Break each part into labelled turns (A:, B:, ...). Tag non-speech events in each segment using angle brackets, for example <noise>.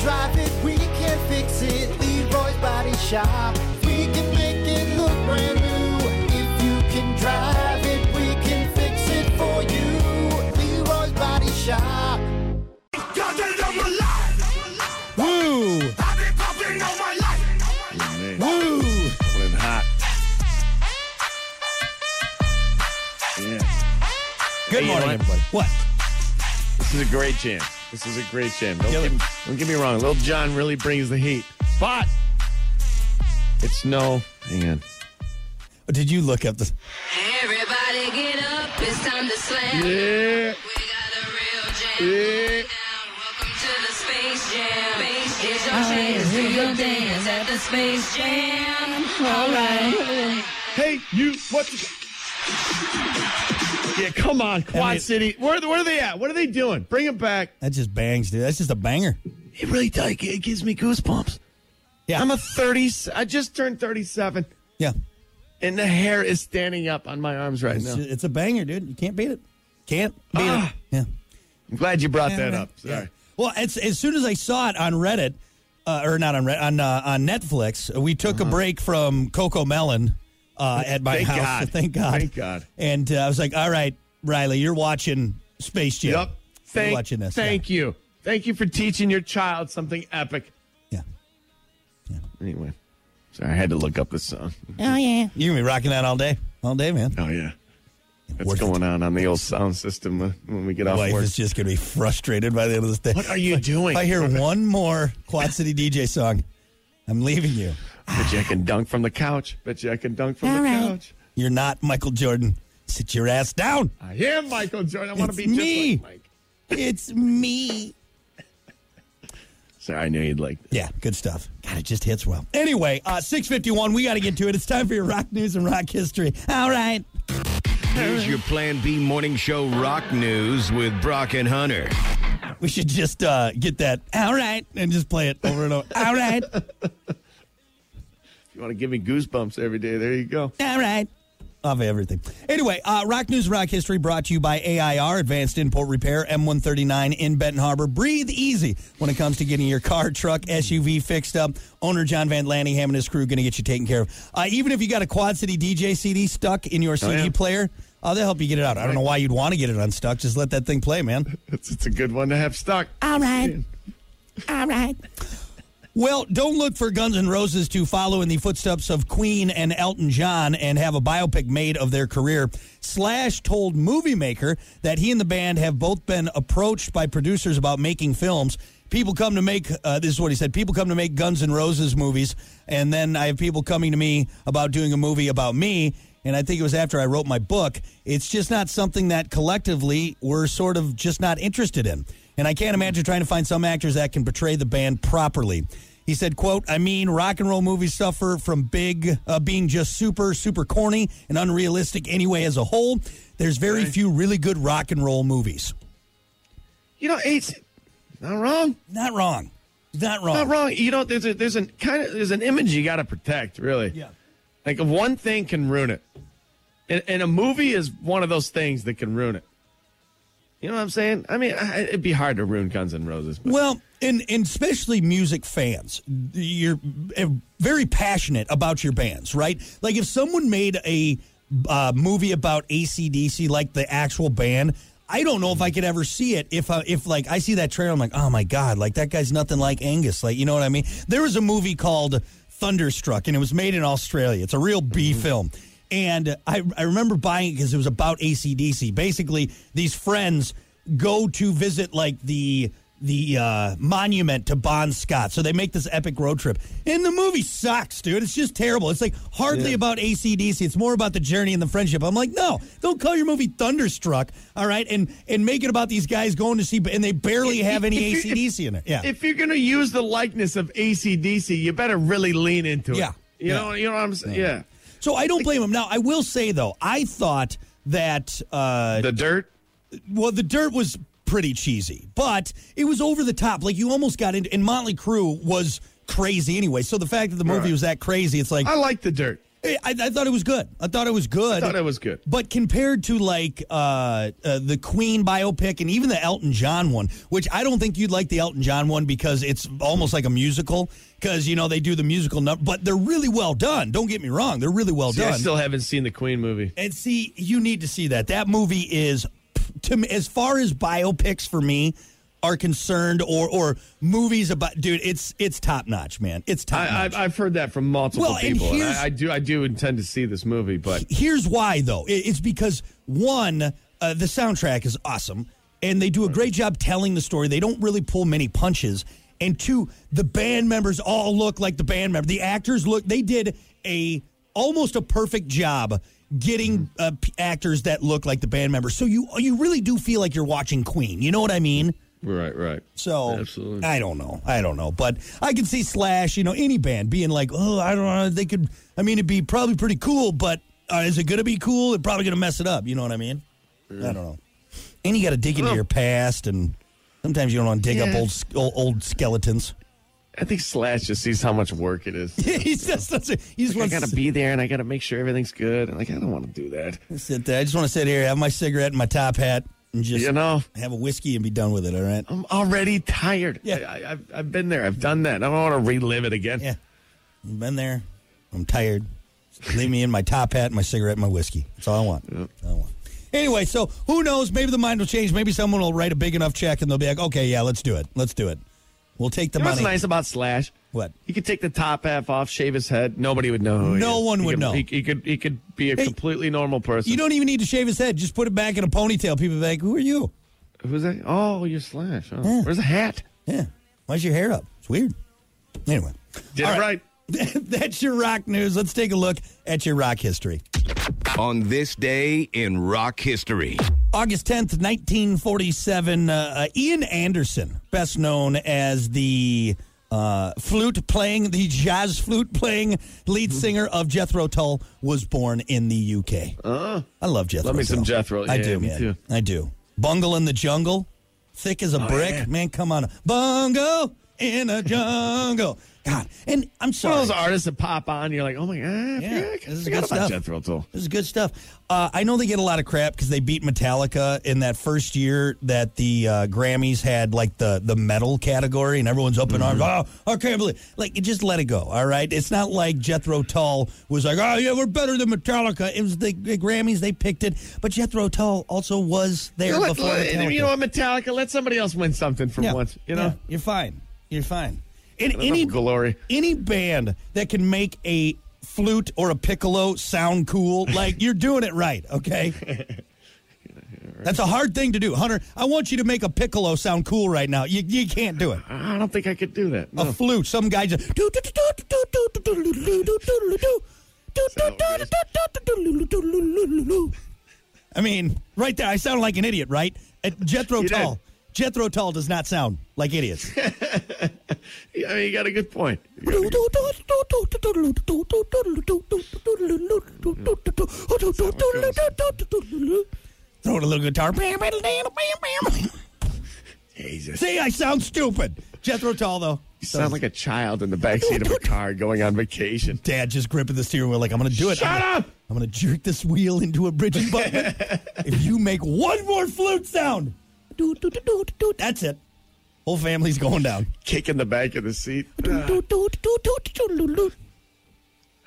A: drive it, we can fix it. Leroy's Body Shop. We can make it look brand new. If you can drive it, we can fix it for you. Leroy's Body Shop.
B: Woo! Woo!
C: Pulling hot. Yeah.
B: Good
C: Hey, you know
B: morning,
C: what?
B: everybody. What?
C: This is a great jam. This is a great jam. Don't,
B: Kill
C: get,
B: it.
C: me- don't get me wrong. Little John really brings the heat. But it's no. Hang on.
B: Did you look up the?
D: Everybody get up, it's time to slam.
C: Yeah.
D: We got a real jam.
C: Yeah.
D: Down. Welcome to the Space Jam. Space Jam. Here's your chance, do your dance at the Space Jam. All right.
C: Hey, you. What? The- yeah, come on, Quad
B: I mean-
C: City. Where, where are they at? What are they doing? Bring it back.
B: That just bangs, dude. That's just a banger.
C: It really does. It gives me goosebumps.
B: Yeah.
C: I'm a 30. I just turned 37,
B: Yeah.
C: and the hair is standing up on my arms right
B: It's,
C: now.
B: it's a banger, dude. You can't beat it. Can't beat
C: Ah.
B: it. Yeah.
C: I'm glad you brought that
B: Yeah.
C: up. Sorry.
B: Well, as, as soon as I saw it on Reddit, uh, or not on Reddit, on uh, on Netflix, we took a break from Coco Melon uh, at my
C: Uh-huh. Thank
B: house.
C: God.
B: <laughs> Thank God.
C: Thank God.
B: And uh, I was like, all right, Riley, you're watching Space Jam.
C: Yep. Thank,
B: you're watching this. Yeah.
C: Thank you. Thank you for teaching your child something epic.
B: Yeah.
C: Anyway, sorry, I had to look up this song.
B: You're going to be rocking that all day. All day, man.
C: Oh yeah, what's
B: Worth it.
C: going on on the old sound system uh, when we get off
B: Wife
C: work?
B: is just going to be frustrated by the end of this day.
C: What are you doing?
B: If I <laughs> hear one more Quad City DJ song, I'm leaving you.
C: Bet you I can dunk from the couch. Bet you I can dunk from the couch.
B: You're not Michael Jordan. Sit your ass down.
C: I am Michael Jordan. I want to
B: It's
C: be
B: me.
C: just like Mike.
B: It's me.
C: Sorry, I knew you'd like.
B: Yeah, good stuff. God, it just hits well. Anyway, uh, 651, we got to get to it. It's time for your rock news and rock history. All right.
E: Here's your Plan B morning show rock news with Brock and Hunter.
B: We should just uh, get that, all right, and just play it over and over. All right,
C: If you want to give me goosebumps every day, there you go.
B: all right. Of everything. Anyway, uh, Rock News Rock History brought to you by AIR, Advanced Import Repair, M139 in Benton Harbor. Breathe easy when it comes to getting your car, truck, SUV fixed up. Owner John Van Lanningham and his crew going to get you taken care of. Uh, even if you got a Quad City DJ CD stuck in your CD
C: yeah.
B: player, uh, they'll help you get it out. I don't know why you'd want to get it unstuck. Just let that thing play, man.
C: It's, it's a good one to have stuck.
B: All right. All right. Well, don't look for Guns N' Roses to follow in the footsteps of Queen and Elton John and have a biopic made of their career. Slash told Movie Maker that he and the band have both been approached by producers about making films. People come to make, uh, this is what he said, people come to make Guns N' Roses movies, and then I have people coming to me about doing a movie about me. And I think it was after I wrote my book. It's just not something that collectively we're sort of just not interested in. And I can't imagine trying to find some actors that can portray the band properly. He said, quote, I mean, rock and roll movies suffer from big uh, being just super, super corny and unrealistic anyway as a whole. There's very few really good rock and roll movies.
C: You know, it's not wrong.
B: Not wrong. Not wrong.
C: Not wrong. You know, there's a, there's an kind of there's an image you got to protect, really.
B: Yeah.
C: Like one thing can ruin it, and, and a movie is one of those things that can ruin it. You know what I'm saying? I mean, I, it'd be hard to ruin Guns N' Roses. But
B: Well, and, and especially music fans, you're uh, very passionate about your bands, right? Like if someone made a uh, movie about ACDC, like the actual band, I don't know if I could ever see it. If I, if like I see that trailer, I'm like, oh my god, like that guy's nothing like Angus. Like you know what I mean? There was a movie called Thunderstruck, and it was made in Australia. It's a real B film. And I, I remember buying it because it was about ACDC. Basically, these friends go to visit like the the uh, monument to Bon Scott. So they make this epic road trip. And the movie sucks, dude. It's just terrible. It's like hardly about ACDC. It's more about the journey and the friendship. I'm like, no, don't call your movie Thunderstruck, all right? And and make it about these guys going to see, and they barely have any
C: If you- if-
B: ACDC in it. Yeah.
C: If you're gonna use the likeness of ACDC, you better really lean into it.
B: Yeah.
C: You
B: Yeah.
C: know. You know what I'm saying? Yeah.
B: So I don't blame him. Now, I will say, though, I thought that uh,
C: The dirt.
B: Well, the dirt was pretty cheesy, but it was over the top. Like you almost got into. And Motley Crue was crazy anyway. So the fact that the movie
C: Right.
B: was that crazy, it's like
C: I like the dirt.
B: I, I thought it was good. I thought it was good.
C: I thought it was good.
B: But compared to like uh, uh, the Queen biopic and even the Elton John one, which I don't think you'd like the Elton John one because it's almost like a musical because you know they do the musical number, but they're really well done. Don't get me wrong, they're really well
C: See, I
B: done.
C: still haven't seen the Queen movie.
B: and see, you need to see that. That movie is to me, as far as biopics for me are concerned or or movies about dude it's it's top notch man it's
C: I,
B: top notch
C: I, I've heard that from multiple
B: Well, and
C: people. and
B: here's-
C: I, I do, I do intend to see this movie, but
B: Here's why, though. It- It's because one, uh, the soundtrack is awesome, and they do a great job telling the story. They don't really pull many punches. And two, the band members all look like the band member. The actors look. They did a almost a perfect job getting uh, p- actors that look like the band members. So you you really do feel like you're watching Queen. You know what I mean?
C: right, right.
B: So
C: absolutely,
B: I don't know. I don't know. But I can see Slash, you know, any band being like, oh, I don't know. They could, I mean, it'd be probably pretty cool, but uh, is it going to be cool? It's probably going to mess it up. You know what I mean? I don't know. And you got to dig into
C: Well-
B: your past, and sometimes you don't want to dig up
C: Yeah.
B: old, s- old old skeletons. <laughs>
C: I think Slash just sees how much work it is.
B: he just doesn't. He just
C: I
B: wants
C: gotta
B: to
C: be there and I gotta make sure everything's good. And like I don't want to do that.
B: sit there. I just want to sit here, have my cigarette and my top hat, and just
C: You know,
B: have a whiskey and be done with it. All right.
C: I'm already tired.
B: Yeah.
C: I, I, I've, I've been there. I've done that. I don't want to relive it again.
B: Yeah. I've been there. I'm tired. Just leave me in my top hat, my cigarette, and my whiskey. That's all I want. That's all I want. Anyway, so who knows? Maybe the mind will change. Maybe someone will write a big enough check and they'll be like, okay, yeah, let's do it. Let's do it. We'll take the
C: You know what's
B: money.
C: nice about Slash?
B: What?
C: He could take the top half off, shave his head. Nobody would know. Who he
B: No
C: is.
B: one
C: He
B: would
C: could-
B: know.
C: He, he could. He could be a
B: Hey,
C: completely normal person.
B: You don't even need to shave his head. Just put it back in a ponytail. People be like, who are you?
C: Who's that? Oh, you're Slash. Oh,
B: Yeah.
C: Where's the hat?
B: Yeah. Why's your hair up? It's weird. Anyway.
C: Did
B: All
C: it
B: right.
C: right.
B: <laughs> That's your rock news. Let's take a look at your rock history.
E: On this day in rock history,
B: August 10th, 1947, uh, uh, Ian Anderson, best known as the uh, flute playing, the jazz flute playing
C: Mm-hmm.
B: lead singer of Jethro Tull, was born in the UK. I love Jethro
C: Uh, Love me some
B: Tull.
C: Jethro.
B: I
C: Yeah,
B: do,
C: me
B: man.
C: too. Oh,
B: I do. Bungle in the jungle, thick as a brick.
C: yeah.
B: Man, come on. Bungle in
C: <laughs>
B: a jungle. God. And I'm
C: One
B: sorry.
C: of those artists that pop on. You're like, oh my god, I
B: Yeah,
C: forgot- I
B: this
C: forgot
B: is good
C: about
B: stuff.
C: Jethro Tull.
B: This is good stuff. Uh, I know they get a lot of crap because they beat Metallica in that first year that the uh, Grammys had like the the metal category, and everyone's up in arms.
C: Mm-hmm.
B: Oh, I can't believe! Like, you just let it go. All right, it's not like Jethro Tull was like, "Oh yeah, we're better than Metallica." It was the, the Grammys they picked it, but Jethro Tull also was there
C: Let-
B: before
C: let-
B: Metallica.
C: you know what, Metallica? Let somebody else win something for
B: Yeah.
C: once. You
B: Yeah.
C: know,
B: you're fine. You're fine. And
C: Enough
B: any
C: glory.
B: any band that can make a flute or a piccolo sound cool, like you're doing it right, okay? That's a hard thing to do, Hunter. I want you to make a piccolo sound cool right now. You, you can't do it.
C: I don't think I could do that. No.
B: A flute, some guy just I mean, right there, I sound like an idiot, right? Uh, Jethro
C: You did.
B: Tull. Jethro Tull does not sound like idiots.
C: Yeah, I mean, you got a good point. You got a good-
B: Throw in a little guitar.
C: Jesus.
B: See, I sound stupid. Jethro Tull, though.
C: You sound like a child in the backseat of a car going on vacation.
B: Dad just gripping the steering wheel like, I'm going to do it.
C: Shut
B: I'm gonna,
C: up!
B: I'm going to jerk this wheel into a bridge
C: <laughs>
B: abutment. if you make one more flute sound, do, do, do, do, do, that's it. Whole family's going down.
C: Kicking the back of the seat. Ah,
B: Do, do, do, do, do, do,
C: Uh.
B: do.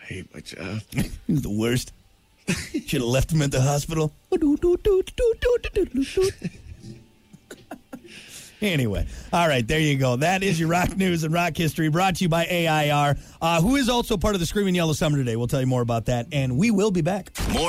C: I hate my job.
B: He's the worst. <laughs> Should have left him at the hospital. <laughs> Anyway, all right, there you go. That is your rock news and rock history brought to you by AIR, uh, who is also part of the Screaming Yellow Summer today. We'll tell you more about that, and we will be back.
E: more